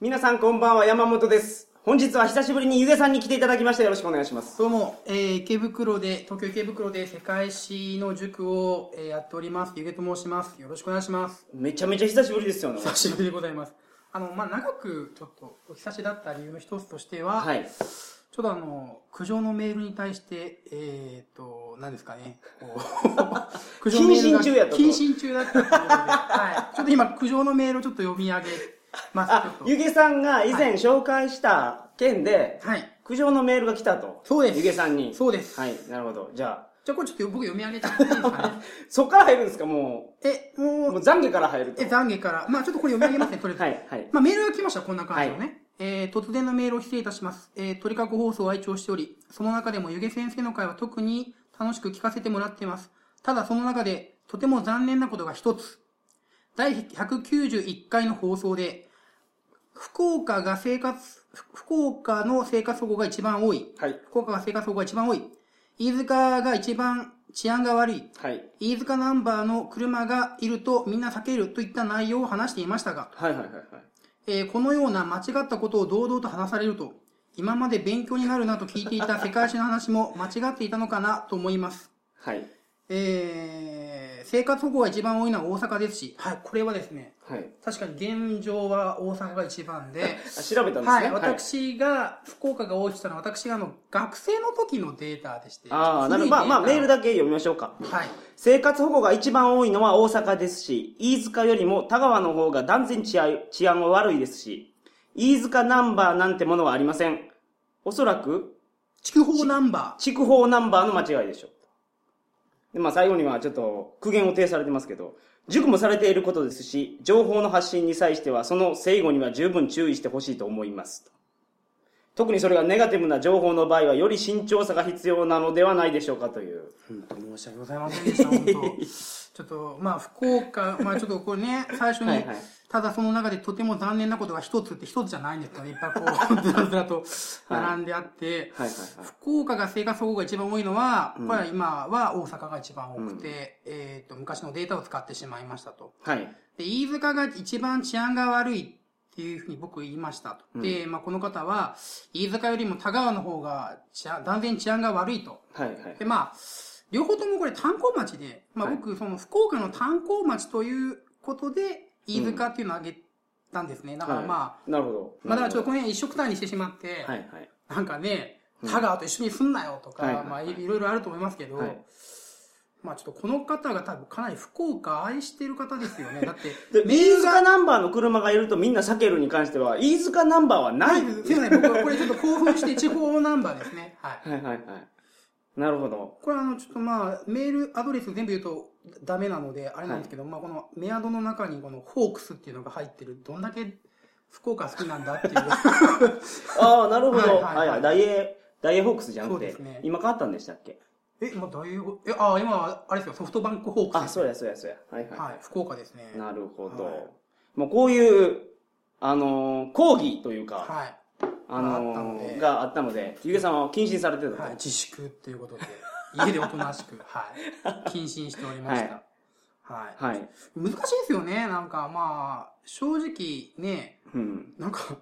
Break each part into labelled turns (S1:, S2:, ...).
S1: 皆さんこんばんは、山本です。本日は久しぶりにゆでさんに来ていただきました。よろしくお願いします。
S2: どうも、えー池袋で、東京池袋で世界史の塾を、えーやっております。ゆげと申します。よろしくお願いします。
S1: めちゃめちゃ久しぶりですよね。
S2: 久しぶりでございます。あの、まあ、長くちょっとお久しだった理由の一つとしては、
S1: はい。
S2: ちょっとあの、苦情のメールに対して、えー、と、何ですかね。こう苦情メールが
S1: 謹慎中やったと
S2: 謹慎中だったということで、はい。ちょっと今、苦情のメールをちょっと読み上げます。
S1: あ、
S2: ちょ
S1: ゆ
S2: っ
S1: げさんが以前紹介した件で、
S2: と。はい。
S1: 苦情のメールが来たと。
S2: そうです
S1: ゆげさんに。
S2: そうです。
S1: はい、なるほど。じゃ
S2: じゃあ、これちょっと僕読み上げちゃっていいですか ね。
S1: あ、そっから入るんですかも
S2: え、
S1: う、
S2: もう
S1: もう、懺悔から入ると
S2: え、。懺悔から。まあちょっとこれ読 み上げますね、とりあえず。
S1: はい、はい。
S2: まあメールが来ました、こんな感じのね。えー、突然のメールを失礼いたします。えー、鳥かご放送を愛聴しており、その中でも湯気先生の会は特に楽しく聞かせてもらっています。ただその中で、とても残念なことが一つ。第191回の放送で、福岡が生活、ふ福岡の生活保護が一番多い。
S1: はい、
S2: 福岡が生活保護が一番多い。飯塚が一番治安が悪い。
S1: はい。
S2: 飯塚ナンバーの車がいるとみんな避けるといった内容を話していましたが、
S1: はい、はい、はい。はい
S2: えーこのような間違ったことを堂々と話されると、今まで勉強になるなと聞いていた世界史の話も間違っていたのかなと思います。
S1: はい。
S2: えー生活保護が一番多いのは大阪ですし、はい、これはですね、
S1: はい。
S2: 確かに現状は大阪が一番 で、
S1: あ調べたんですね。
S2: はい、私が、福岡が多いとしたのは、私があの、学生の時のデータでして。
S1: ああ、なるほど。まあ、まあ、メール
S2: だ。
S1: だけ読みましょうか。
S2: はい。
S1: 生活保護が一番多いのは大阪ですし、飯塚よりも田川の方が断然治安治安は悪いですし、飯塚ナンバーなんてものはありません。おそらく、
S2: 筑豊ナンバ
S1: 筑豊ナンバーの間違いでしょう。で、まあ最後にはちょっと苦言を呈されてますけど、塾もされていることですし、情報の発信に際してはその正誤には十分注意してほしいと思いますと。特にそれがネガティブな情報の場合はより慎重さが必要なのではないでしょうかという。
S2: ー。申し訳ございませんでした、 本当。ちょっと、まあ、福岡、まあ、ちょっとこれね、最初に、
S1: はいはい
S2: ただその中でとても残念なことが一つって一つじゃないんですかね。いっぱいこ う、ずらずらと並んであって、
S1: はいはいはい。
S2: 福岡が生活保護が一番多いのは、これは今は大阪が一番多くて、えっ、と、昔のデータを使ってしまいましたと。
S1: はい。
S2: で、飯塚が一番治安が悪いっていうふうに僕言いましたと。で、まあ、この方は、飯塚よりも田川の方が治安、断然治安が悪いと。
S1: はいはい。
S2: で、まあ、両方ともこれ炭鉱町で、まあ
S1: はい
S2: 僕、その福岡の炭鉱町ということで、飯塚っていうのを挙げたんですね。だからまあ、
S1: はい、なるほど。
S2: まあだからちょっとこ
S1: の
S2: の辺一色単にしてしまって、
S1: はいはい。
S2: なんかね、田川と一緒にすんなよとか、
S1: はいはい
S2: まあいろいろあると思いますけど、
S1: はい
S2: まあちょっとこの方が多分かなり福岡愛してる方ですよね。だって、
S1: で、
S2: メール
S1: 飯塚ナンバーの車がいるとみんな避けるに関しては、飯塚ナンバーはない。はい
S2: すいません、僕これちょっと興奮して地方ナンバーですね。はい。
S1: はいはい。なるほ ど。
S2: これあの、ちょっとまあ、メールアドレス全部言うとダメなので、あれなんですけど、まあこのメアドの中にこのホークスっていうのが入ってる、どんだけ福岡好きなんだっていう。
S1: ああ、なるほど。
S2: は
S1: は
S2: いはいはい
S1: いはい。ダイエー、ダイエーホークスじゃなくて
S2: そうですね、
S1: 今変わったんでしたっけ
S2: え、まあどういう、え、あ、今、あれですよ、ソフトバンクホークス。
S1: あ、そうやそうやそうや。はいはい。
S2: はい、福岡ですね。
S1: なるほど。
S2: はい
S1: もうこういう、あのー講義というか、
S2: はい。
S1: あ
S2: あったの
S1: のー
S2: で
S1: があったので、ゆげさんは謹慎されてたと。
S2: はい、自粛っていうことで、家でおとなしく、はい、謹慎しておりました。はい。
S1: はい。
S2: 難しいですよね、なんかまあ、正直ね、
S1: うん。
S2: なんか、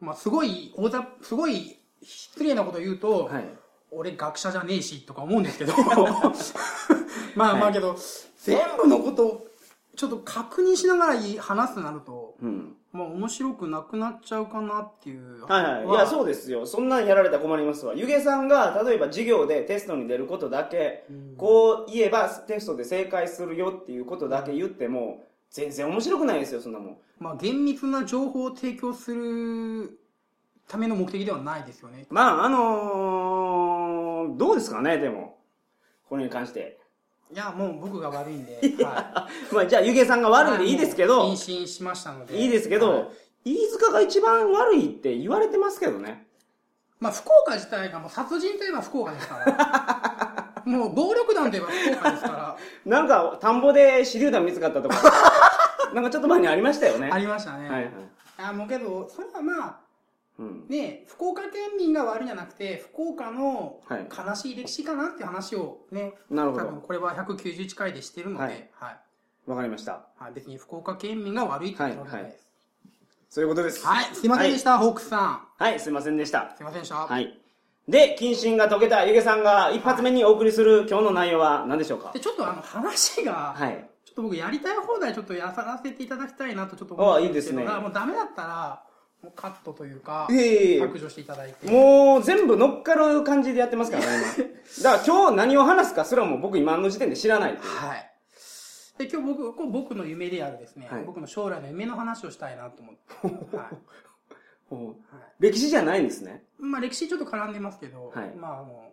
S2: まあ、すごい、大ざ、すごい、失礼なこと言うと、
S1: はい。
S2: 俺学者じゃねえし、とか思うんですけど。 まあま
S1: は
S2: あ
S1: い
S2: けど、全部のことを、ちょっと確認しながら話すとなると、
S1: うん。
S2: まあ面白くなくなっちゃうかなっていう。
S1: はいはい。い
S2: まあ
S1: や、そうですよ。そんなんやられたら困りますわ。ゆげさんが、例えば授業でテストに出ることだけ、
S2: うん
S1: こう言えばテストで正解するよっていうことだけ言っても、全然面白くないですよ、そんなもん。
S2: まあ厳密な情報を提供するための目的ではないですよね。
S1: まあ、あのー、どうですかね、でも。これに関して。
S2: いや、もう僕が悪い んで。は
S1: あまあ、じゃあ、ゆげさんが悪いでいいですけ
S2: は
S1: ど
S2: い、謹慎しましたので。
S1: いいですけ
S2: は
S1: ど、飯塚が一番悪いって言われてますけどね。
S2: まあ、福岡自体がもう殺人といえば福岡ですから。 もう暴力団といえば福岡ですか
S1: なんか、田んぼで手榴弾見つかったと か、なんかちょっと前にありましたよね。
S2: ら。あ
S1: はい
S2: りましたね。
S1: はい。
S2: あもうけど、それはまあ、
S1: うん。
S2: ね、福岡県民が悪いんじゃなくて、福岡の
S1: はい
S2: 悲しい歴史かなっていう話をね、
S1: なるほ
S2: 多分
S1: ど。
S2: これは191回でしてるので、
S1: は
S2: はいい。はい
S1: わかりました。
S2: 別に福岡県民が悪いって言ってるわけじゃないです。
S1: そういうことです。
S2: はい、すいませんでした、ホークスさん。
S1: はい、すいませんでした
S2: す。いませんでした。
S1: はい。で、謹慎が解けたゆげさんが一発目にお送りする今日の内容は何でしょうか
S2: で、ちょっとあの話が、
S1: はい。
S2: ちょっと僕やりたい放題ちょっとやらせていただきたいなとちょっと
S1: ああ
S2: 思って
S1: いいですね
S2: るんけどもうダメだったら、もうカットというか、
S1: ええ
S2: 削除していただいて。
S1: もう全部乗っかる感じでやってますからね、 今。だから今日何を話すかすらも僕今の時点で知らない。
S2: はい。で、今日僕、こう僕の夢であるですね、
S1: はい
S2: 僕の将来の夢の話をしたいなと 思って。はい。
S1: ほう
S2: はい
S1: 歴史じゃないんですね。
S2: まあ歴史ちょっと絡んでますけど、
S1: はい
S2: まああの、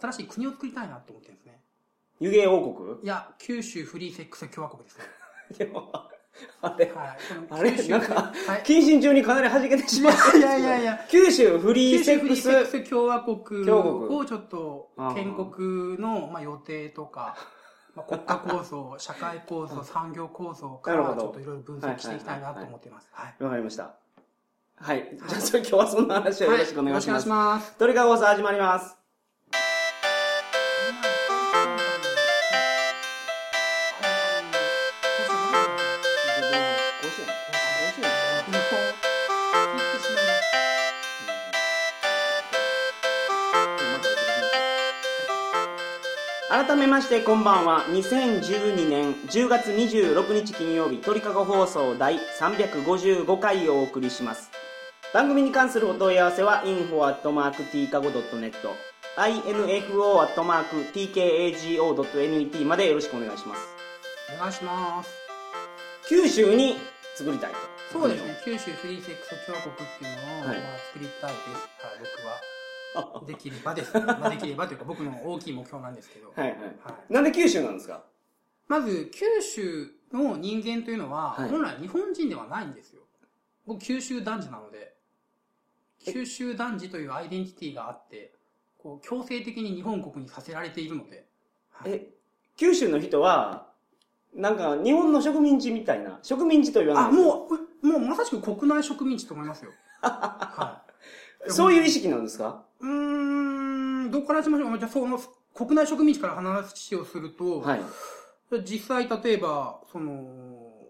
S2: 新しい国を作りたいなと思ってるんですね。
S1: 湯気王国
S2: いや、九州フリーセックス共和国ですね。
S1: でも、 あれ、
S2: はい。
S1: あれ
S2: 九州
S1: なんか
S2: はい、
S1: 謹慎中にかなり弾けてしまったんですけど
S2: いやいやいや。
S1: 九州フリ
S2: 九
S1: ーセ
S2: 州
S1: ッ
S2: フ
S1: ク
S2: リーセ
S1: ス。
S2: ックス共和国
S1: 共和
S2: を
S1: 国
S2: ちょっと
S1: ああ
S2: 建国のまあ予定 とか、まあ、国家構想、社会構想、産業構想か
S1: なる
S2: ら
S1: ほど
S2: ちょっといろいろ分析していきたいなと思ってます。はい。
S1: わかりました。はい。じゃあ、それ今日はそんな話をよろしくお願いし
S2: よ
S1: ま
S2: ろしく
S1: す
S2: お。願いします。
S1: トリカゴ放送始まります。改めましてこんばんは2012年10月26日金曜日鳥かご放送第355回をお送りします番組に関するお問い合わせは info.tkago.net info.tkago.net までよろしくお願いします
S2: お願いします。
S1: 九州に作りたいと
S2: そうですね、九州フリーセックス共和国っていうのを、
S1: はい
S2: まあ、作りたいです。はい、僕は。できればです、ね。まあ、できればというか、僕の大きい目標なんですけど。
S1: はいはい
S2: はい
S1: なんで九州なんですか
S2: まず、九州の人間というのは、
S1: はい
S2: 本来日本人ではないんですよ。僕、九州男児なので、九州男児というアイデンティティがあって、こう、強制的に日本国にさせられているので、はい
S1: え九州の人はなんか日本の植民地みたいな植民地と言わない
S2: あ、もう、もうまさしく国内植民地と思い ますよ。はう
S1: そういう意識なんですか
S2: い。うーん、どこからしましょうじゃあ、その、国内植民地から話をすると、
S1: はい
S2: 実際、例えば、その、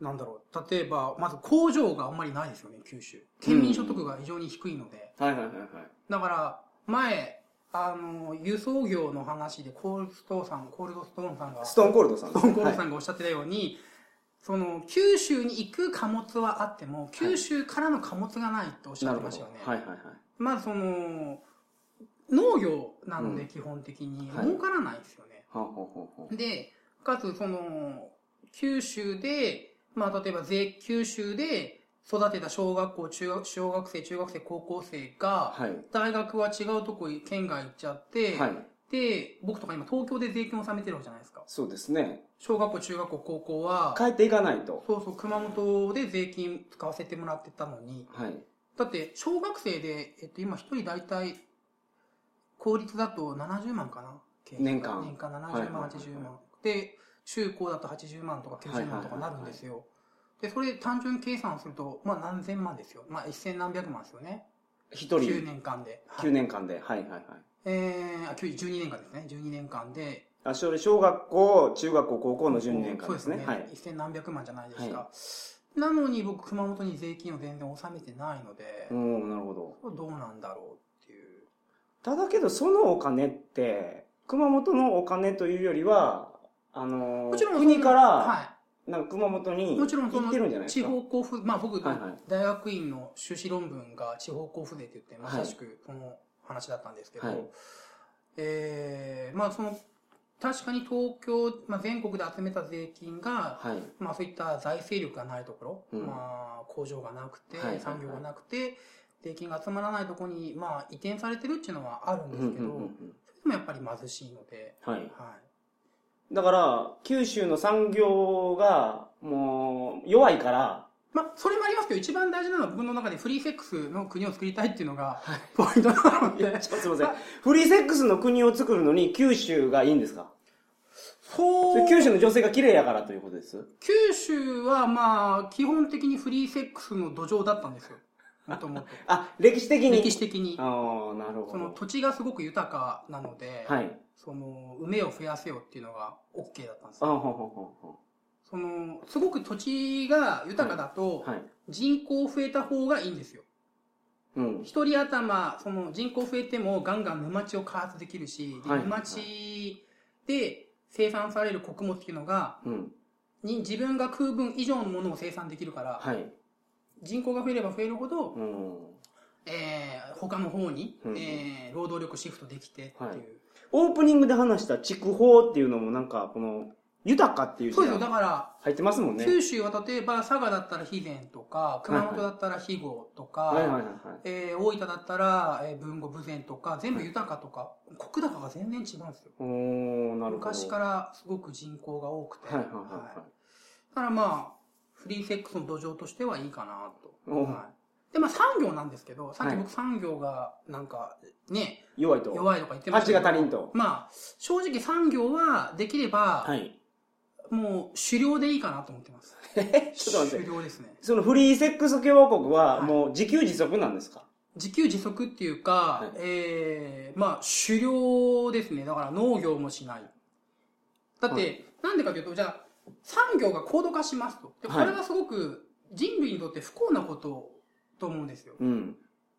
S2: なんだろう、例えば、まず工場があんまりないですよね、九州。県民所得が非常に低いので。
S1: はいはいはいはい
S2: だから、前、あの、輸送業の話で、コールドストーンさん、コールドストーンさんが、
S1: ス
S2: ス
S1: トーンコールドさん
S2: ト
S1: です
S2: ーンコールドさ
S1: はい
S2: んがおっしゃってたように、その、九州に行く貨物はあっても、九州からの貨物がないっておっしゃ
S1: な
S2: っ
S1: る
S2: て
S1: ほ
S2: まし
S1: ど
S2: たよね。
S1: はいはいはい
S2: まあ、その、農業なの
S1: う
S2: で、基本的に、
S1: はい
S2: 儲からないですよね。
S1: はあはあはあはあ
S2: で、かつ、その、九州で、まあ、例えば、税、九州で育てた小学校、中学、小学生、中学生、高校生が、
S1: はい
S2: 大学は違うとこ、県外行っちゃって、
S1: はい
S2: で、僕とか今東京で税金を納めてるわけじゃないですか。
S1: そうですね
S2: 小学校、中学校、高校は、
S1: 帰っていかないと
S2: そうそう、熊本で税金使わせてもらってたのに、
S1: はい
S2: だって、小学生で、えっと、今一人大体、公立だと70万かな
S1: 年間
S2: 年間70万、
S1: はいはいはい
S2: 80万。で、中高だと80万とか90万とかなるんですよ。で、それ単純計算すると、まあ何千万ですよ。まあ一千何百万ですよね。
S1: 一
S2: 9
S1: 人
S2: 年間で。はい
S1: 九年間ではいはいはい
S2: えー、あ、9 12年間ですね。12年間で。
S1: あそれ小学校中学校高校の12年間ですね
S2: そう
S1: は
S2: です
S1: い
S2: ね。一千何百万じゃないですか。なのに僕、熊本に税金を全然納めてないので
S1: お、おなるほど
S2: これどうなんだろうっていう。
S1: ただけどそのお金って熊本のお金というよりはあのー
S2: もちろんその、
S1: 国から、
S2: はい。
S1: なんか熊本に行
S2: もちろんそ
S1: っ
S2: の
S1: てるんじゃないです
S2: 地
S1: か。
S2: 方交付、まあ僕、
S1: はいはい
S2: 大学院の修士論文が地方交付税って言って、まさしくこの話だったんですけど、
S1: はい
S2: えーまあその、確かに東京、まあ全国で集めた税金が、
S1: はい。
S2: まあそういった財政力がないところ、
S1: うん
S2: まあ工場がなくて、
S1: はいはいはい
S2: 産業がなくて、税金が集まらないところに、まあ移転されてるっていうのはあるんですけど、
S1: うんうんうん
S2: それでもやっぱり貧しいので、
S1: うんはい。
S2: はい。
S1: だから、九州の産業が、もう、弱いから、
S2: まあ、それもありますけど、一番大事なのは僕の中でフリーセックスの国を作りたいっていうのが、ポイントなの
S1: いや
S2: で、
S1: ちょっとすいません。フリーセックスの国を作るのに九州がいいんですかそ
S2: そ
S1: れ
S2: う、
S1: 九州の女性が綺麗やからということです。
S2: 九州はまあ、基本的にフリーセックスの土壌だったんですよ。もとも と。
S1: あ、歴史的に。
S2: 歴史的に。
S1: ああ、なるほ
S2: その
S1: ど。
S2: 土地がすごく豊かなので、
S1: はい。
S2: その、梅を増やせよっていうのが OK だったんです
S1: あ
S2: よ。
S1: ほんほんほんほん
S2: その、すごく土地が豊かだと、
S1: はい。
S2: 人口増えた方がいいんですよ。
S1: うん。
S2: 一人頭、その人口増えてもガンガン沼地を開発できるし、
S1: はい
S2: 沼地で生産される穀物っていうのが、
S1: うん。
S2: に自分が食う分以上のものを生産できるから、
S1: はい。
S2: 人口が増えれば増えるほど、
S1: うん。
S2: えー他の方に、
S1: うん
S2: えー労働力シフトできてっていう。
S1: はいオープニングで話した筑豊っていうのもなんか、この、豊かっていう字
S2: そうですよ。だ
S1: が
S2: から、
S1: 入ってますもんね。
S2: 九州は例えば佐賀だったら肥前とか、熊本だったら肥後とか、
S1: はいはいはいはい。
S2: えー大分だったら、えー豊後豊前とか、全部豊かとか、国高が全然違うんですよ。
S1: おー、なるほど。
S2: 昔からすごく人口が多くて、
S1: はいはいは
S2: はいだからまあ、フリーセックスの土壌としてはいいかなと。
S1: おう
S2: はい、で、まあ産業なんですけど、さっ
S1: は
S2: き
S1: い
S2: 僕産業がなんかね、
S1: い。弱いと。
S2: 弱いとか言ってま
S1: 味
S2: したけど
S1: が足りんと。
S2: まあ、正直産業はできれば、
S1: はい。
S2: もう狩猟でいいかなと思ってます。
S1: ちょっと待って
S2: 狩猟ですね。
S1: そのフリーセックス共和国は
S2: はい
S1: もう自給自足なんですか
S2: 自給自足っていうか、
S1: はい
S2: ええまあ狩猟ですね。だから農業もしない。だって、
S1: は
S2: なんでかというと、じゃあ産業が高度化しますと。でこ
S1: はい
S2: れがすごく人類にとって不幸なことと思うんですよ。
S1: うん。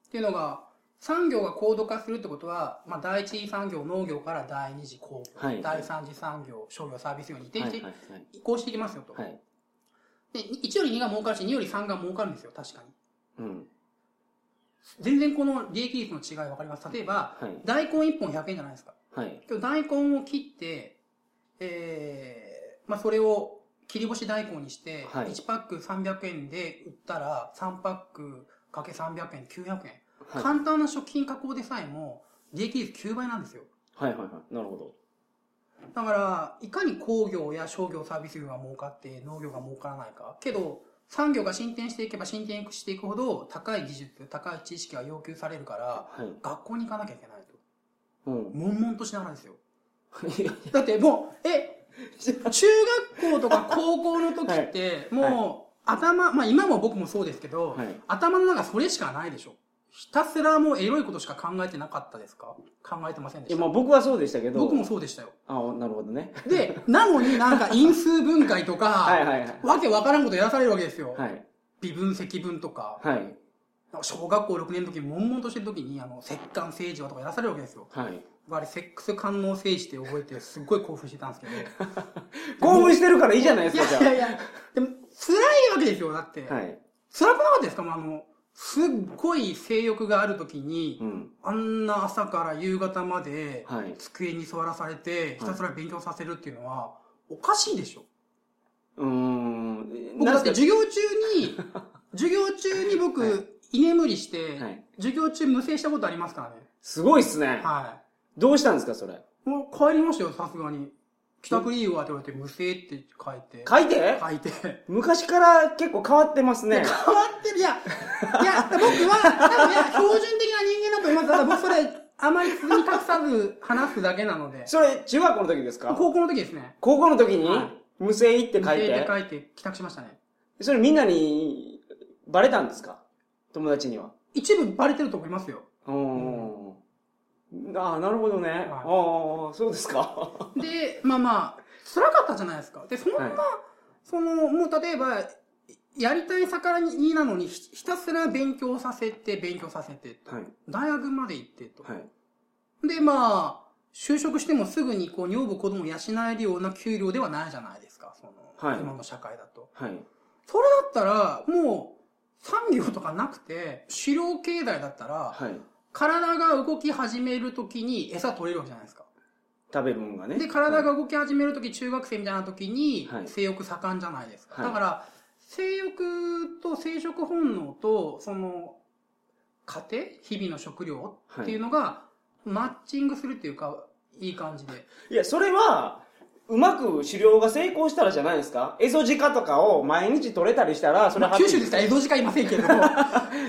S2: っていうのが、産業が高度化するってことは、まあ第一次産業、農業から第二次工業、
S1: はい
S2: 第三次産業、商業サービス業に移転
S1: は
S2: し
S1: いは
S2: て、
S1: いはい。
S2: 移行していきますよと。
S1: はい。
S2: で、1より2が儲かるし、2より3が儲かるんですよ、確かに。
S1: うん。
S2: 全然この利益率の違い分かります。例えば、
S1: はい。
S2: 大根1本100円じゃないですか。
S1: はい。
S2: 今日大根を切って、えー、まあそれを切り干し大根にして、
S1: はい
S2: 1パック300円で売ったら、3パックかけ300円、900円。
S1: はい。
S2: 簡単な食品加工でさえも、利益率9倍なんですよ。
S1: はいはいはい。なるほ
S2: だから、いかに工業や商業サービス業が儲かって農業が儲からないか。けど、産業が進展していけば進展していくほど、高い技術、高い知識が要求されるか
S1: ど。
S2: ら、
S1: はい。
S2: 学校に行かなきゃいけないと。
S1: うん。
S2: 悶々としながらですよ。 だってもう、え、中学校とか高校の時って、
S1: はい
S2: もう、頭、まあ今も僕もそうですけど、
S1: はい
S2: 頭の中それしかないでしょ。ひたすらもうエロいことしか考えてなかったですか考えてませんで
S1: え、
S2: し
S1: まあ
S2: た。
S1: 僕はそうでしたけど。
S2: 僕もそうでしたよ。
S1: あ、なるほどね。
S2: で、なのになんか因数分解とか、
S1: はいはいはい。
S2: わけわからんことやらされるわけですよ。
S1: はい。
S2: 微分積分とか、
S1: はい。
S2: なんか小学校6年の時に悶々としてる時に、あの、摂関政治はとかやらされるわけですよ。
S1: はい。
S2: あれ、セックス官能政治って覚えて、すっごい興奮してたんですけど。
S1: 興奮してるからいいじゃないで
S2: い
S1: すか、じ
S2: やい
S1: ゃ
S2: やいや、でも、辛いわけですよ、だって。
S1: あ。はい。
S2: 辛くなかったですかもうあの、すっごい性欲がある時に、
S1: うん。
S2: あんな朝から夕方まで、
S1: はい。
S2: 机に座らされて、ひたすら勉強させるっていうのは、おかしいでしょ
S1: うーん。
S2: 僕だっ
S1: なん
S2: て
S1: か
S2: 授業中 に、授業中に僕、
S1: はい
S2: 居眠りして、
S1: はい
S2: 授業中無制したことありますからね。
S1: すごいっすね。
S2: は
S1: どうしたんですか、それ。
S2: い。もう帰りましたよ、さすがに。帰宅理由はって言われて、無制って書いて。
S1: 書いて
S2: 書いて。
S1: 昔から結構変わってますね。
S2: 変わってる。いや、いや、僕は、多分いや、標準的な人間だと思います。ただ僕それ、あまり包み隠さず話すだけなので。
S1: それ、中学校の時ですか
S2: 高校の時ですね。
S1: 高校の時に
S2: は、
S1: 無声って
S2: 無
S1: 書い
S2: 制って
S1: て、
S2: 書いて帰宅しましたね。
S1: それみんなに、バレたんですか友達には。
S2: 一部バレてると思いますよ。
S1: おー。ああ、なるほどね。ああ、そうですか。
S2: で、まあまあ、辛かったじゃないですか。で、そんな、
S1: はい
S2: その、もう例えば、やりたい魚になのに、ひひたすら勉強させて、勉強させて、
S1: はい。
S2: 大学まで行ってと。
S1: はい。
S2: で、まあ、就職してもすぐにこう、女房子供を養えるような給料ではないじゃないですか、その、
S1: はい
S2: 今の社会だと。
S1: はい。
S2: それだったら、もう、産業とかなくて、狩猟経済だったら、
S1: はい。
S2: 体が動き始めるときに餌取れるわけじゃないですか。
S1: 食べ物がね。
S2: で、体が動き始めるとき、中学生みたいなときに
S1: は、い
S2: 性欲盛んじゃないですか。
S1: はい
S2: だから、性欲と生殖本能と、その、家庭日々の食料っていうのが、マッチングするっていうか、いい感じで。
S1: いや、それは、うまく狩猟が成功したらじゃないですかエゾジカとかを毎日取れたりしたら、それ
S2: まあ
S1: は
S2: 九州ですから江戸時間いませんけ ど。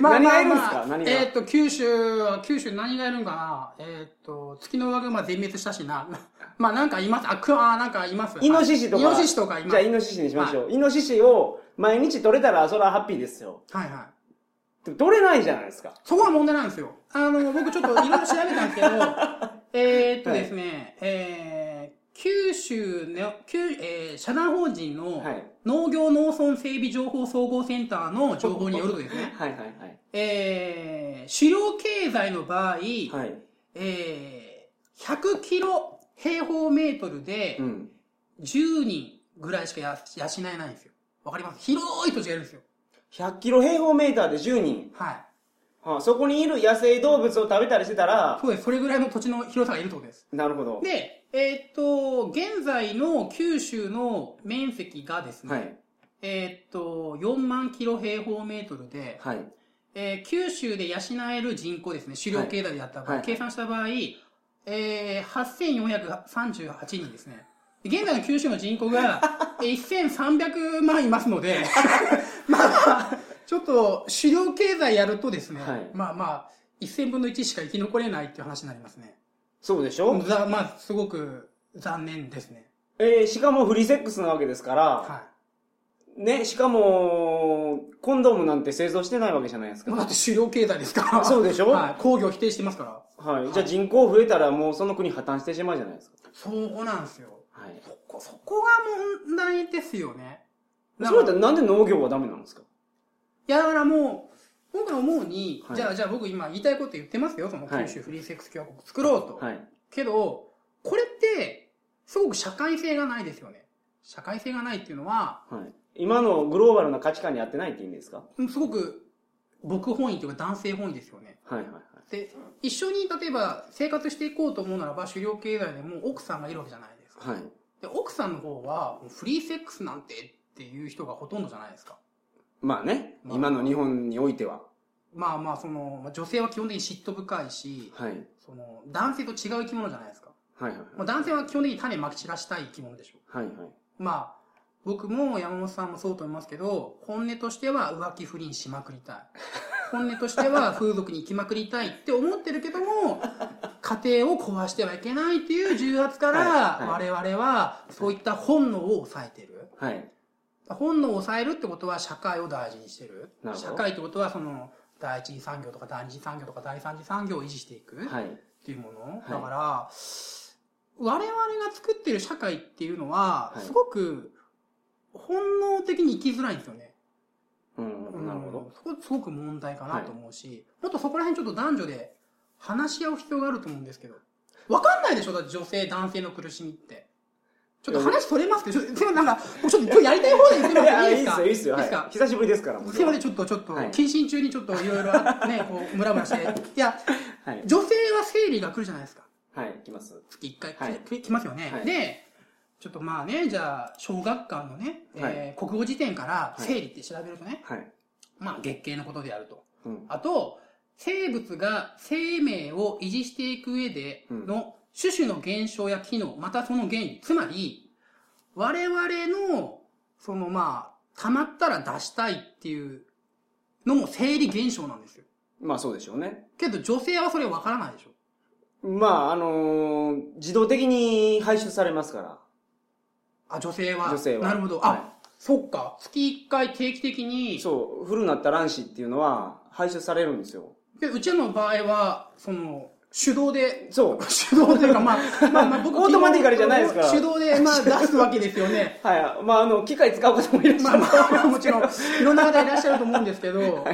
S2: ま
S1: 何がいるんですか何が
S2: えーっと、九州は、九州何がいるんかなえーっと、月の上熊全滅したしな。 まあなんかいます。あ、くあなんかいます。
S1: イノシシとか。
S2: イノシシとかい
S1: じ
S2: ま
S1: ゃ
S2: す。
S1: あ、
S2: はい
S1: イノシシにしましょう。イノシシを毎日取れたら、それはハッピーですよ。
S2: はい。
S1: でも取れないじゃないですか。
S2: そこは問題なんですよ。 あの、僕ちょっといろいろ調べたんですけど、えーっとですね、えー九州の、九えー社団法人の
S1: はい
S2: 農業農村整備情報総合センターの情報によるとですね、
S1: はいはいはい。
S2: えー狩猟経済の場合、
S1: はい。
S2: えー100キロ平方メートルで
S1: うん。
S2: 10人ぐらいしかや養えないんですよ。わかります広い土地がいるんですよ。
S1: 100キロ平方メーターで10人。
S2: はい。
S1: はあ、そこにいる野生動物を食べたりしてたら、
S2: そうです。それぐらいの土地の広さがいるってことです。
S1: なるほど。
S2: で、えーっと、現在の九州の面積がですね、
S1: はい。
S2: えーっと、4万キロ平方メートルで、
S1: はい。
S2: えー九州で養える人口ですね、狩猟経済でやった場合、
S1: はい
S2: 計算した場合、えー、8438人ですね。現在の九州の人 口がえー1300万いますので、まあ、ちょっと狩猟経済やるとですね、
S1: はい
S2: まあまあ、1000分の1しか生き残れないっていう話になりますね。
S1: そうでしょ、
S2: ざまあ、すごく残念ですね。
S1: えー、しかもフリーセックスなわけですから、
S2: は
S1: ね、しかも、コンドームなんて製造してないわけじゃないです
S2: い。もうだっ
S1: か。
S2: て狩猟経済ですから。
S1: そうでしょ
S2: はい。工業否定してますから。
S1: はい。じゃあ人口増えたらもうその国破綻してしまうじゃないですか。
S2: そうなんですよ。
S1: はい。
S2: そこ、そこが問題ですよね。だ
S1: そ
S2: か
S1: れ
S2: ら
S1: だったらなんで農業はダメなんですか
S2: いや、だからもう、僕が思うに、
S1: はい
S2: じゃあ、じゃあ僕今言いたいこと言ってますよ。その
S1: はい
S2: 九州フリーセックス共和国作ろうと。
S1: はい。
S2: けど、これって、すごく社会性がないですよね。社会性がないっていうのは、
S1: はい。今のグローバルな価値観に合ってないって意味ですか
S2: うんすごく僕本位というか男性本位ですよね。
S1: はいはいはい。
S2: で、一緒に例えば生活していこうと思うならば、狩猟経済でも奥さんがいるわけじゃないですか。
S1: はい。
S2: で、奥さんの方は、フリーセックスなんてっていう人がほとんどじゃないですか。
S1: まあね、
S2: まあ
S1: 今の日本においては。
S2: まあまあ、その、まあ女性は基本的に嫉妬深いし、
S1: はい。
S2: その、男性と違う生き物じゃないですか。
S1: はいはいはい。
S2: まあ、男性は基本的に種まき散らしたい生き物でしょ
S1: はいはい。
S2: まあ、僕も山本さんもそうと思いますけど、本音としては浮気不倫しまくりたい。本音としては風俗に行きまくりたいって思ってるけども、家庭を壊してはいけないっていう重圧か
S1: は
S2: ら、
S1: い
S2: 我々はそういった本能を抑えてる。
S1: はい。
S2: 本能を抑えるってことは社会を大事にしてる。
S1: なるほど
S2: 社会ってことはその、第一次産業とか第二次産業とか第三次産業を維持していく。
S1: はい。
S2: っていうもの、
S1: い
S2: だから我々が作ってる社会っていうのは、
S1: はい
S2: すごく本能的に生きづらいんですよね。
S1: うん、なるほど。
S2: うんそこすごく問題かなと思うし、もっとそこら辺ちょっと男女で話し合う必要があると思うんですけど。わかんないでしょだって女性、男性の苦しみって。ちょっと話それますけど、ちょっとすいま せんなんか、もうちょっと今日やりたい方で言っても
S1: い
S2: らっ
S1: や、
S2: てい
S1: い
S2: い
S1: いですす
S2: でか
S1: よ、いいですよ。は
S2: いいですか
S1: い。久しぶりですから、もう
S2: すいません、ちょっと、ちょっと、
S1: はい
S2: 謹慎中にちょっといろいろね、こう、ムラムラして。いや、
S1: はい。
S2: 女性は生理が来るじゃないですか。
S1: はい、行きます。
S2: 月1回、
S1: はい
S2: ききますよね、
S1: はい
S2: でちょっとまあねじゃあ小学館のね、えー国語辞典から
S1: い
S2: 生理って調べるとね、
S1: はい。
S2: まあ月経のことであると
S1: うん。
S2: あと生物が生命を維持していく上での種々の現象や機能またその原理つまり我々のそのまあ溜まったら出したいっていうのも生理現象なんですよ
S1: まあそうでしょうね。
S2: けど女性はそれわからないでしょ
S1: まあ、あのー自動的に排出されますから。
S2: あ女性は
S1: 女性は
S2: なるほどあ、
S1: はい
S2: そっか月1回定期的に
S1: そう、古なった卵子っていうのは排出されるんですよ。
S2: でうちらの場合はその手動で
S1: そう。
S2: 手動というかまあまあまあ僕
S1: オートマティカルじゃないですから
S2: 手動でまあ出すわけです よね
S1: はい。まあ、あの、機械使う方もいらっしゃ
S2: まあ
S1: る。
S2: ま あもちろんいろんな方いらっしゃると思うんですけど、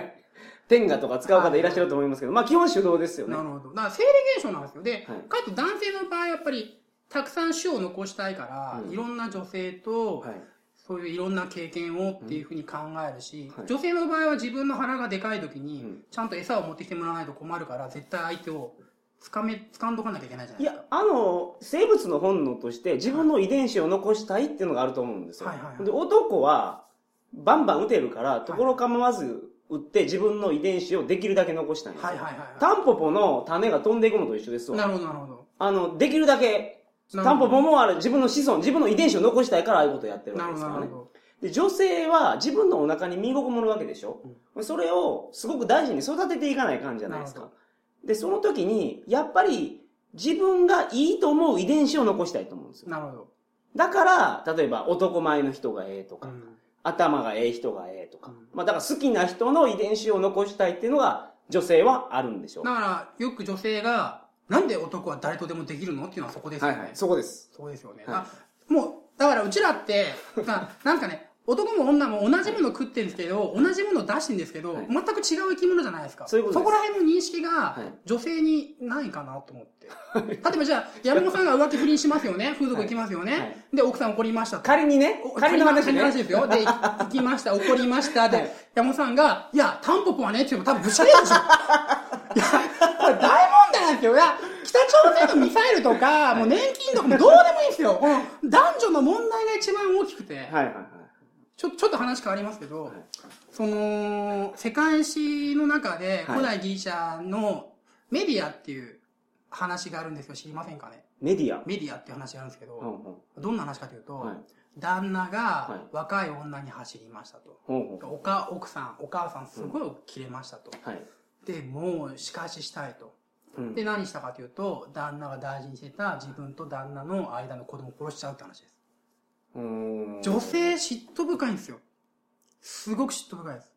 S1: 天下とか使う方いらっしゃると思いますけど、まあ基本手動ですよね
S2: な。るほどだから生理現象なんですよで、
S1: はい
S2: かと男性の場合やっぱりたくさん種を残したいから、
S1: うん
S2: いろんな女性と、
S1: はい。
S2: そういういろんな経験をっていうふうに考えるし、
S1: うんはい
S2: 女性の場合は自分の腹がでかい時
S1: う
S2: に
S1: ん、
S2: ちゃんと餌を持ってきてもらわないと困るから、絶対相手をつかめ、掴んどかなきゃいけないじゃない
S1: い
S2: です
S1: や、あの、生物の本能として自分の遺伝子を残したいっていうのがあると思うんですよ。
S2: はいはいはい
S1: で、男は、バンバン撃てるから、ところ構わず撃って自分の遺伝子をできるだけ残したいんです
S2: か。
S1: よ。
S2: はいはいはい。
S1: タンポポの種が飛んでいくのと一緒です
S2: な
S1: わ。
S2: るほどなるほど。
S1: あの、できるだけ、
S2: なるほど
S1: タンポポもある自分の子孫、自分の遺伝子を残したいからああいうことやってるわけ
S2: なる
S1: で
S2: ほ
S1: す
S2: ど
S1: から
S2: なる
S1: ね。
S2: ほど。
S1: で、女性は自分のお腹に身ごもるわけでしょ、それをすごく大事に育てていかないかんじゃないです
S2: な
S1: か
S2: る。
S1: で、その時に、やっぱり自分がいいと思う遺伝子を残したいと思うんですよ。
S2: なるほど。
S1: だから、例えば男前の人がええと
S2: う
S1: か、
S2: ん
S1: 頭がええ人がええとか、
S2: うん
S1: まあだから好きな人の遺伝子を残したいっていうのが女性はあるんでしょう。
S2: だから、よく女性が、なんで男は誰とでもできるのっていうのはそこですよ
S1: は
S2: ね。
S1: いはい。そこです。
S2: そうですよね。
S1: はい
S2: あ、もう、だからうち らって、さ、なんかね、男も女も同じもの食ってるんですけど、同じもの出してるんですけど、
S1: はい
S2: 全く違う生き物じゃないですか。
S1: そういうことです
S2: こら辺の認識が
S1: はい、
S2: 女性にないかなと思って。例えばじゃあ、山本さんが浮気不倫しますよね、風俗行きますよね、
S1: はい
S2: で、奥さん怒りましたと。
S1: 仮にね
S2: お、
S1: 仮の話
S2: 仮
S1: ね。
S2: の話ですよ。で、行き ました、怒りました。で、
S1: はい
S2: 山本さんが、いや、タンポポはね、って言っても多分ぶち切れる でしょ。いや、これ大問題なんですよ。いや、北朝鮮のミサイルとか、もう年金とかもどうでもいいんですよ。この男女の問題が一番大きくて、
S1: はいはいはい。
S2: ちょ、ちょっと話変わりますけど、
S1: はい
S2: その、世界史の中で
S1: はい
S2: 古代ギリシャのメディアっていう話があるんですよ。知りませんかね。
S1: メディア。
S2: メディアっていう話があるんですけど、
S1: ほうほ
S2: どんな話かというと、
S1: はい
S2: 旦那が
S1: は
S2: 若い女に走りましたと。
S1: う。ほうほ
S2: おか奥さん、お母さんすごい切れましたと。
S1: う。はい。
S2: で、もう仕返ししたいと。
S1: うん
S2: で、何したかというと、旦那が大事にしてた自分と旦那の間の子供を殺しちゃうって話です。
S1: うーん
S2: 女性嫉妬深いんですよ。すごく嫉妬深いです。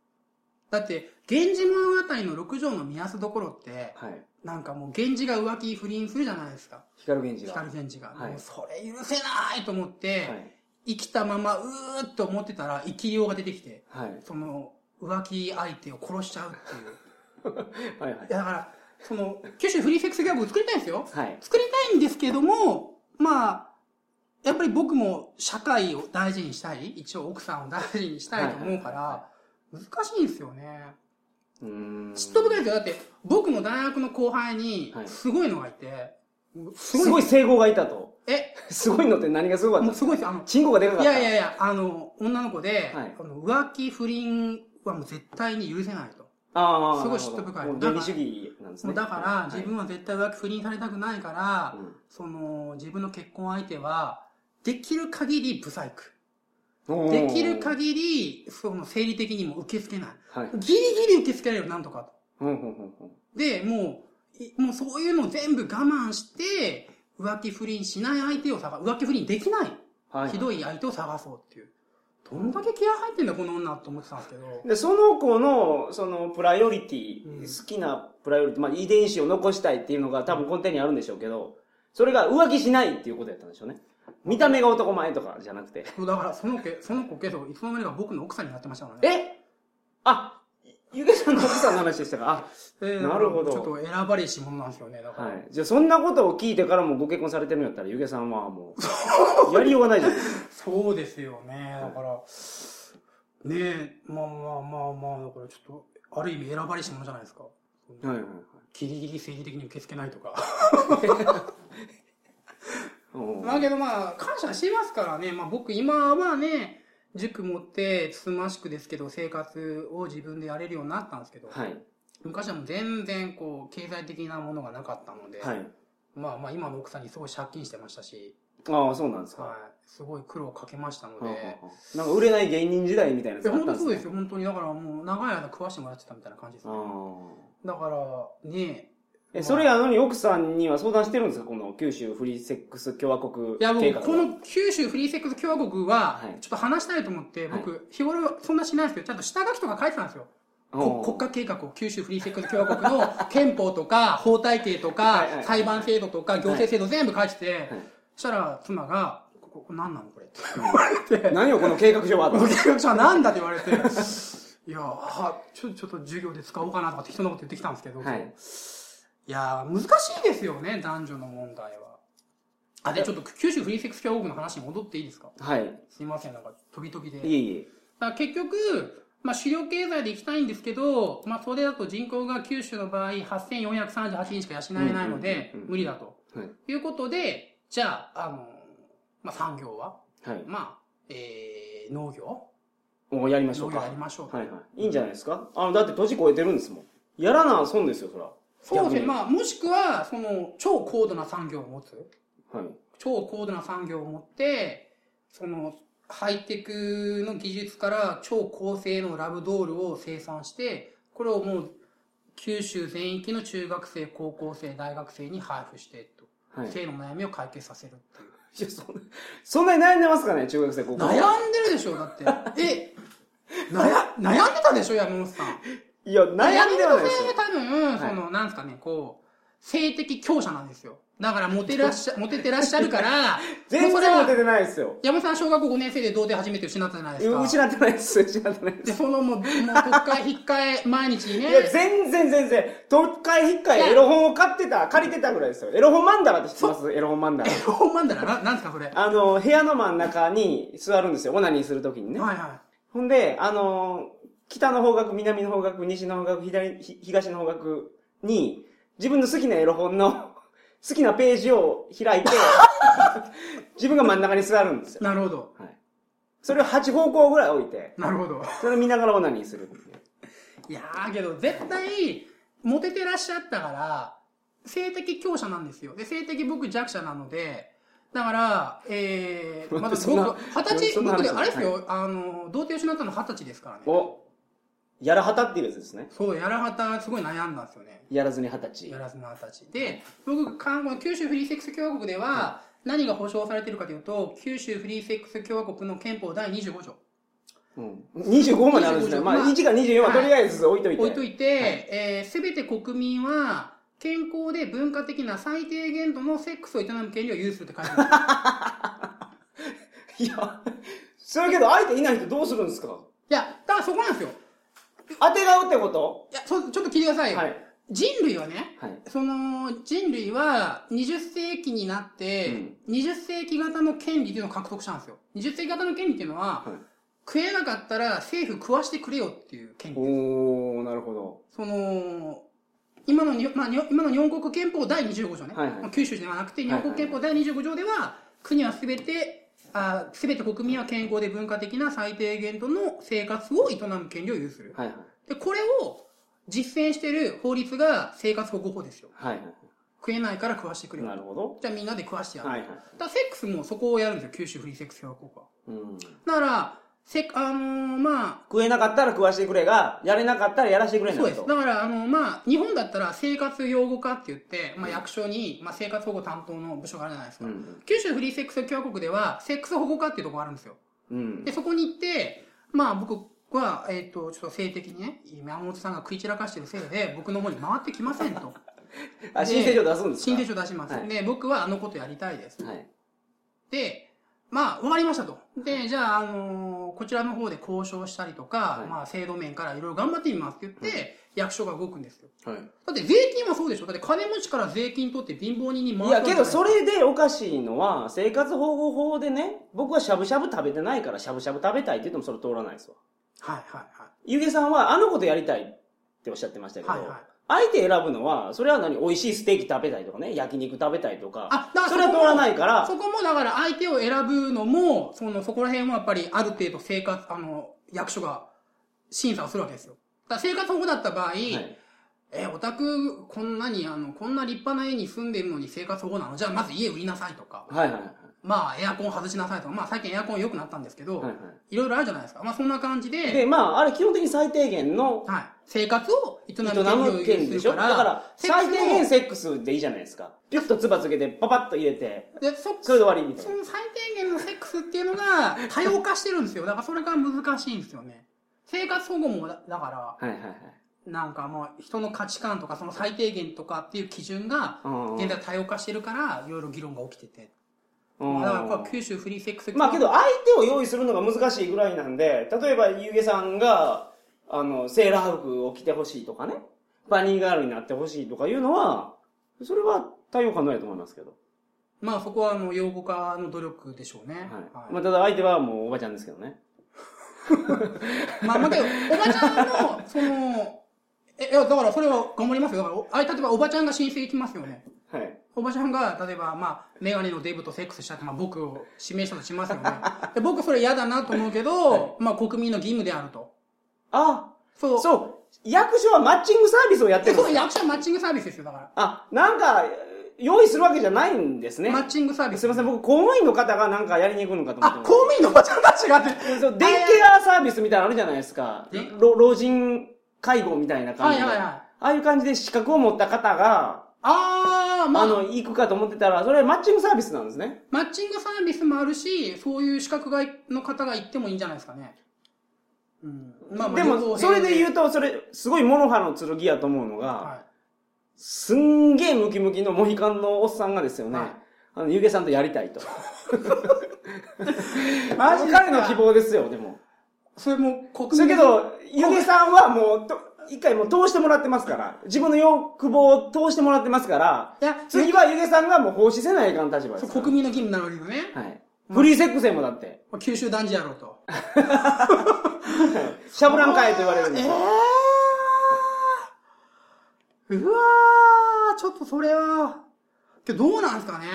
S2: だって、源氏物語の六条の見やすどころって、
S1: はい。
S2: なんかもう源氏が浮気不倫するじゃないですか。
S1: 光源氏が。
S2: 光源氏が。
S1: はい
S2: もうそれ許せないと思って、
S1: はい。
S2: 生きたままうーっと思ってたら生きようが出てきて
S1: はい。
S2: その浮気相手を殺しちゃうっていう
S1: はいはい
S2: い。やだからその九州フリーセックスギャグを作りたいんですよ
S1: はい。
S2: 作りたいんですけどもまあやっぱり僕も社会を大事にしたい一応奥さんを大事にしたいと思うから、
S1: は
S2: 難しいんですよね
S1: うーん。
S2: 嫉妬深いですよだって僕の大学の後輩に
S1: はい
S2: すごいのがいて、す
S1: すごい整合がいたと。
S2: え
S1: すごいのって何がすごかったん
S2: もう
S1: ですすか
S2: ごいですあの
S1: チンコがでかかっ
S2: い
S1: た。
S2: やいやいや、あの、女の子で、
S1: はい
S2: あの浮気不倫はもう絶対に許せないと。
S1: ああ。
S2: すごい嫉妬深い
S1: もう原理主義なんですね。
S2: もうだから、
S1: はい
S2: 自分は絶対浮気不倫されたくないから、
S1: うん
S2: その、自分の結婚相手は、できる限りブサイク。
S1: お
S2: で
S1: ー
S2: きる限り、その、生理的にも受け付けない。
S1: はい。
S2: ギリギリ受け付けられる、なんとかと。
S1: うんうんうんうん
S2: で、もう、いもうそういうのを全部我慢して、浮気不倫しない相手を探、浮気不倫できない、
S1: はい。
S2: ひどい相手を探そうっていう。どんだけ気合入ってんだ、この女と思ってたんですけど。
S1: で、その子の、その、プライオリティ、
S2: うん
S1: 好きなプライオリティ、まあ、遺伝子を残したいっていうのが多分根底にあるんでしょうけど、それが浮気しないっていうことやったんでしょうね。見た目が男前とかじゃなくて。
S2: そうだからそのけその子けどいつの間にか僕の奥さんになってましたからね
S1: えあ、ゆげさんの奥さんの話でしたかあ、
S2: えー
S1: なるほど
S2: ちょっと選ばれし者なんですよねだから、
S1: はい。じゃあ、そんなことを聞いてからもご結婚されてるんやったら、ゆげさんはもう、やりようがないじゃないですか。
S2: そうですよねだから、ねえまあまあまあまあだからちょっとある意味選ばれし者じゃないですか
S1: はいはいはい。
S2: ギリギリ政治的に受け付けないと か
S1: おー
S2: だけどまあ感謝してますからね、まあ、僕今はね塾持ってつつましくですけど生活を自分でやれるようになったんですけど、
S1: はい。
S2: 昔はもう全然こう経済的なものがなかったので、
S1: はい。
S2: まあまあ今の奥さんにすごい借金してましたし、
S1: ああ、そうなんですか。は
S2: はい、すごい苦労をかけましたの
S1: あはあ
S2: で、
S1: はあなんか売れない芸人時代みたいなや
S2: い
S1: つ
S2: や
S1: があっ
S2: 本
S1: たんで
S2: 当
S1: す
S2: そう
S1: ね。
S2: ですよ、本当に。だからもう長い間食わしてもらってたみたいな感じですね。
S1: ああ。
S2: だからね、ま
S1: え、
S2: あ
S1: それやのに奥さんには相談してるんですかこの九州フリーセックス共和国
S2: いや
S1: 計
S2: 僕、
S1: 画
S2: この九州フリーセックス共和国は
S1: はい、
S2: ちょっと話したいと思って、僕、日頃そんなしないんですけど、ちゃんと下書きとか書いてたんですよ。
S1: お
S2: こ
S1: う
S2: 国家計画を九州フリーセックス共和国 の憲法とか、法体系と
S1: はい
S2: か
S1: はいは、い
S2: 裁判制度とか、行政制度全部書いてて
S1: はい、
S2: そしたら妻が、こここ何なのこれって言われて。
S1: 何をこの計画書は
S2: この契約書は何だって言われて、いやあちょ、ちょっと授業で使おうかなとか適当なこと言ってきたんですけど、
S1: はい。
S2: いやー難しいですよね、男女の問題は。あ、で、ちょっと九州フリーセックス共和国の話に戻っていいですか
S1: はい。
S2: すいません、なんか、飛び飛びで。
S1: いえい
S2: まあ、結局、まあ、狩猟経済で行きたいんですけど、まあ、それだと人口が九州の場合、8438人しか養えないので
S1: うんうんうんう、ん
S2: 無理だと。
S1: え。はい。
S2: いうことで、じゃあ、あのーまあ、産業は、
S1: はい。
S2: まあ、えー、農業
S1: もうやりましょ
S2: 農
S1: う
S2: 業
S1: か。
S2: や
S1: は
S2: りましょうと
S1: いはい。いいんじゃないですかあの、だって年超えてるんですもん。やらな損ですよ、そら。
S2: そう
S1: 逆
S2: ですね、
S1: に
S2: まあ、もしくは、その、超高度な産業を持つ。
S1: はい。
S2: 超高度な産業を持って、その、ハイテクの技術から超高性能ラブドールを生産して、これをもう、九州全域の中学生、高校生、大学生に配布して、と。
S1: はい。
S2: 性の悩みを解決させるっていう。
S1: いや、そんな、そんなに悩んでますかね中学生、高校
S2: 悩んでるでしょ、だって。え、悩、悩んでたでしょ、山本さん。
S1: いや、悩んではないですよ
S2: 山本。さんは多分、
S1: はい
S2: その、なんですかね、こう、性的強者なんですよ。だから、モテらっしゃ、モテてらっしゃるから、
S1: 全
S2: もうそれは
S1: 然モテてないですよ。
S2: 山本さん小学校5年生で童貞初めて失ったじゃないですか。
S1: 失ってないです。失ってないです。
S2: で、そのもう、もう、特会、引っ換え、毎日ね
S1: い。や、全然全然。東海引っか
S2: いや
S1: え、エロ本を買ってた、借りてたぐらいですよ。エロ本マンダラって知ってますエロ本マ ンダラ。
S2: ほんまんだら、な、なんですか、それ。はい
S1: あの、部屋の真ん中に座るんですよ。オナニーするときにね。
S2: は
S1: ほんで、あの、北の方角、南の方角、西の方角、左、ひ東の方角に、自分の好きなエロ本の、 好きなページを開 いて、自分が真ん中に座るんですよ
S2: い。。なるほど。
S1: はい。それを8方向ぐらい置いて、
S2: なるほど。
S1: それを見ながらオナニーするっていう。
S2: いやーけど、絶対、モテてらっしゃったから、性的強者なんですよ。で、性的僕弱者なので、だから、え ー、まだ
S1: そんな
S2: 僕、二十歳、
S1: そんな話
S2: 僕で、
S1: は
S2: あれですよ、あの、童貞を失ったの二十歳ですからね。
S1: お、やらはたっていうやつですね。
S2: そう、やらはた、すごい悩んだんですよね。
S1: やらずに二十歳
S2: や。らずの二十歳。で、僕、韓国の九州フリーセックス共和国では、何が保障されてるかというと、九州フリーセックス共和国の憲法第25条。
S1: うん。25まであるんですね。
S2: 25
S1: まあ、
S2: まあ
S1: 1から24はとりあえず置いといて。
S2: 置いといて、えすべて国民は、健康で文化的な最低限度のセックスを営む権利を有するって書いて ある。
S1: いや、それけど相手いない人どうするんですか
S2: いや、だからそこなんですよ。
S1: 当てがうってこと
S2: いや、そうちょっと聞いてくださいよ。
S1: はい。
S2: 人類はね、
S1: はい。
S2: その、人類は20世紀になって、20世紀型の権利っていうのを獲得したんですよ。20世紀型の権利っていうのは、
S1: はい
S2: 食えなかったら政府食わしてくれよっていう権利。
S1: おー、なるほど。
S2: その、今のに、まあ、に今の日本国憲法第25条ね、
S1: はいはい
S2: まあ九州ではなくて、
S1: は
S2: 日
S1: いはい
S2: 本国憲法第25条では、国はすべて、あすべて国民は健康で文化的な最低限度の生活を営む権利を有する。
S1: はいはい。
S2: で、これを実践している法律が生活保護法ですよ。
S1: はいは
S2: 食えないから食わして
S1: い。
S2: くれよ
S1: な。るほど。
S2: じゃあみんなで食わしてやる。
S1: はいはい。
S2: だからセックスもそこをやるんですよ、九州フリーセックス共和国は。
S1: うん。
S2: だから、せあのーまあ、
S1: 食えなかったら食わしてくれが、やれなかったらやらしてくれな
S2: そう
S1: い
S2: です。
S1: と。
S2: だから、あの、まあ、日本だったら生活擁護課って言って、
S1: う
S2: まあ、
S1: ん
S2: 役所に、まあ、生活保護担当の部署があるじゃないです
S1: う
S2: か。
S1: ん。
S2: 九州フリーセックス共和国では、セックス保護課っていうところがあるんですよ。
S1: うん
S2: で、。そこに行って、まあ、僕は、えっ、と、ちょっと性的にね、山本さんが食い散らかしてるせいで、僕の方に回ってきませんと。
S1: あ、申請書出すんですか
S2: 申請書出します。
S1: はい
S2: で、僕はあのことやりたいです。
S1: はい。
S2: で、まあ、わかりましたと。で、じゃあ、あのーこちらの方で交渉したりとか、
S1: はい
S2: まあ、制度面からいろいろ頑張ってみますって言って、役所が動くんですよ。
S1: はい。
S2: だって税金はそうでしょだって金持ちから税金取って貧乏人に回
S1: い
S2: すわ
S1: や、
S2: け
S1: け
S2: じゃな
S1: どそれでおかしいのは、生活保護法でね、僕はしゃぶしゃぶ食べてないから、しゃぶしゃぶ食べたいって言ってもそれ通らないですわ。
S2: はいはい
S1: ゆげさんはあのことやりたいっておっしゃってましたけど、
S2: はい。はいはい。
S1: 相手選ぶのは、それは何美味しいステーキ食べたいとかね、焼肉食べたいとか、
S2: あだから
S1: それは
S2: そ
S1: 通
S2: こ
S1: らないから、
S2: そこもだから相手を選ぶのも、その、そこら辺はやっぱりある程度生活、あの、役所が審査をするわけですよ。だから生活保護だった場合、
S1: はい
S2: え、お宅、こんなに、あの、こんな立派な家に住んでるのに生活保護なのじゃあまず家売りなさいとか、
S1: はいはいはい
S2: まあエアコン外しなさいとか、まあ最近エアコン良くなったんですけど、
S1: はいはい
S2: ろいろあるじゃないですか。まあそんな感じで、
S1: で、まあ、あれ基本的に最低限の
S2: はい。生活を営
S1: 営
S2: む
S1: む権利でしょだから、
S2: セック
S1: 最
S2: スも
S1: 低限セックスでいいじゃないですか。ピュッとつばつけて、パパッと入れて、
S2: でそ
S1: それで終わりみたい
S2: そ
S1: な。
S2: の最低限のセックスっていうのが多様化してるんですよだからそれが難しいんですよね生活保護もだだか
S1: はいはいはい
S2: らなんかもう人の価値観とかその最低限とかっていう基準が
S1: うんうん
S2: 現在多様化してるからいろいろ議論が起きてて
S1: うん。
S2: だからこれ九州フリーセックス
S1: まあけど、相手を用意するのが難しいぐらいなんで、例えば、ゆうげさんが、あの、セーラー服を着てほしいとかね、バニーガールになってほしいとかいうのは、それは対応可能やと思いますけど。
S2: まあそこはあの養護家の努力でしょうね、
S1: は。
S2: はいい
S1: まあ、ただ相手はもうおばちゃんですけどね。
S2: まあまあけどおばちゃんのそのえいやだからそれは頑張りますよだからおあ例えばおばちゃんが申請行きますよね
S1: はい。
S2: おばちゃんが、例えば、まあ、メガネのデブとセックスしたって、まあ、僕を指名したとしますよ ね。で僕、それ嫌だなと思うけど、まあ、国民の義務であると。
S1: あ、
S2: そう。う。
S1: そう。役所はマッチングサービスをやってるんで
S2: そ
S1: す
S2: う、
S1: か
S2: 役者マッチングサービスですよ、だから。
S1: あ、なんか、用意するわけじゃないんですね
S2: マ。ッチングサービス。
S1: すいません、僕、公務員の方がなんかやりに行くのかと思
S2: あ
S1: って、ま
S2: 公
S1: した。
S2: 務員のおばちゃんたちがね。
S1: そうデイケアサービスみたいなのあるじゃないですか
S2: え。
S1: ろ老人介護みたいな感
S2: は
S1: じ
S2: い
S1: で。
S2: はいはい。
S1: ああいう感じで資格を持った方が、
S2: あー、ま
S1: あ
S2: あ、
S1: の、行くかと思ってたら、それマッチングサービスなんですね。
S2: マッチングサービスもあるし、そういう資格外の方が行ってもいいんじゃないですかね。うん。まあ、
S1: でも、それで言うと、それ、すごいモノハの剣やと思うのが、
S2: は
S1: すんげえムキムキのモヒカンのおっさんがですよね、
S2: はい
S1: あの、ゆげさんとやりたいと。
S2: マジですか
S1: 彼の希望ですよ、でも。
S2: それも国
S1: そ
S2: 民
S1: れけど、ゆげさんはもうと、一回もう通してもらってますから、自分の欲望を通してもらってますから、
S2: いや、
S1: 次はゆげさんがもう奉仕せないかん立場です
S2: そ
S1: から。
S2: う国民の義務になるわけですよね。
S1: はい。フリーセックスへもだって、
S2: まあ九州男児やろうと。
S1: シャブランかいと言われるんですよ。
S2: えーうわー、ちょっとそれは、けどどうなんですかね。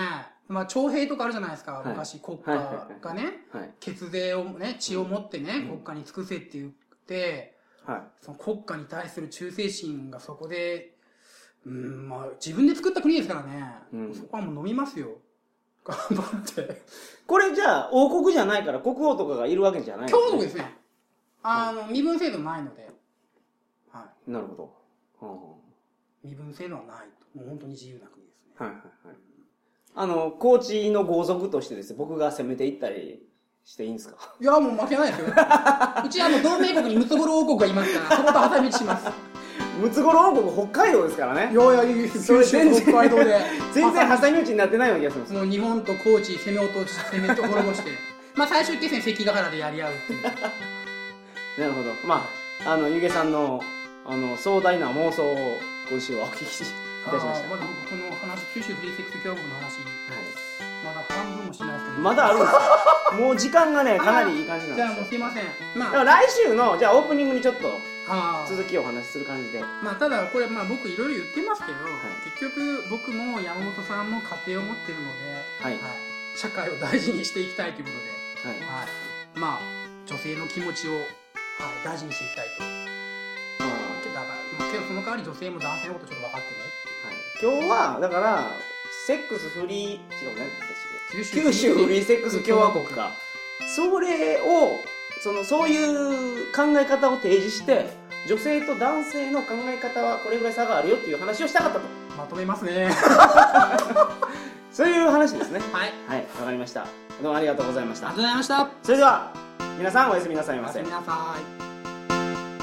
S2: まあ、徴兵とかあるじゃないですか、
S1: い
S2: 昔、国
S1: はい
S2: 家がね、
S1: はい。
S2: 血税をね、血を持ってね、国家に尽くせって言って、
S1: はい。
S2: その国家に対する忠誠心がそこで、うん、まあ、自分で作った国ですからね、
S1: うん
S2: そこはもう飲みますよ。 頑張って。
S1: これじゃあ、王国じゃないから国王とかがいるわけじゃない。
S2: 強度ですね。あの、身分制度ないので、はい。
S1: なるほど。うん
S2: 身分制度はないと。もう本当に自由な国ですね。
S1: はいはいはい。あの、高知の豪族としてですね、僕が攻めていったりしていいんですか
S2: いや、もう負けないですよ。 うちあの、同盟国にムツゴロウ王国がいますから、そこと旗道します。
S1: ムツゴロウ王国北海道ですから
S2: い
S1: ね。
S2: やいやいや、
S1: それ
S2: 九
S1: 全
S2: 州
S1: 然
S2: 北海道で。
S1: 全然挟み撃ちになってないような気がするんですよ
S2: もう日本と高知攻め落とし、攻めと滅ぼして。まあ最終決戦関ヶ原でやり合うっていう。
S1: なるほど。まあ、あの、ゆげさんの、あの、壮大な妄想を今週はお聞きいたしました。
S2: あーま
S1: は
S2: だ僕この話、九州フリーセックス共和国の
S1: い。
S2: 話、まだ半分もしないですけど
S1: まだあるんですよ。もう時間がね、かなりいい感じなん
S2: じ
S1: で
S2: ゃあ
S1: す
S2: も
S1: よ
S2: う。すいません。
S1: だ
S2: ま
S1: から
S2: あ、
S1: 来週の、じゃあオープニングにちょっと
S2: あー
S1: 続きをお話しする感じで。
S2: まあただこれまあ僕いろいろ言ってますけど、結局僕も山本さんも家庭を持ってるので、
S1: はい
S2: 社会を大事にしていきたいということで、
S1: はい。
S2: はい、まあ女性の気持ちを、はい、大事にしていきたいとだから、まあ、けどその代わり女性も男性のことちょっと分かってね
S1: 今日はだからセックスフリー違うね私
S2: 九
S1: 九州フリーセックス共和国かそれをそのそういう考え方を提示して女性と男性の考え方はこれぐらい差があるよっていう話をしたかったと
S2: まとめます ね
S1: そういう話ですね
S2: はいあり
S1: はいわかりましたどうもありがとうございまし
S2: が
S1: た
S2: とうございました
S1: それでは皆さんおやすみなさい
S2: お
S1: ま
S2: やす
S1: せ
S2: みなさい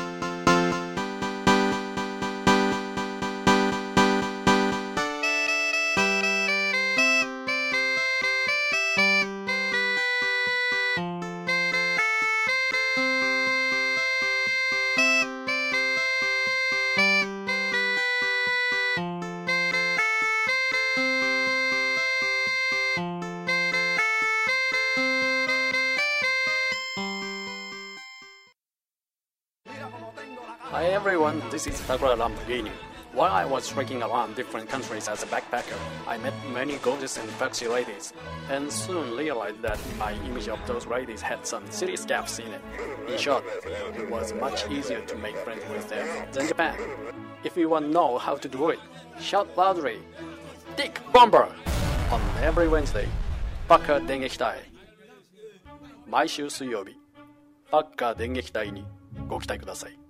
S3: Hi everyone, this is Takura Lamborghini. While I was trekking around different countries as a backpacker, I met many gorgeous and foxy ladies, and soon realized that my image of those ladies had some serious gaps in it. In short, it was much easier to make friends with them than Japan. If you want to know how to do it, shout loudly, Dick Bomber! on every Wednesday, バカ電撃隊毎週水曜日、バッカ電撃隊にご期待ください。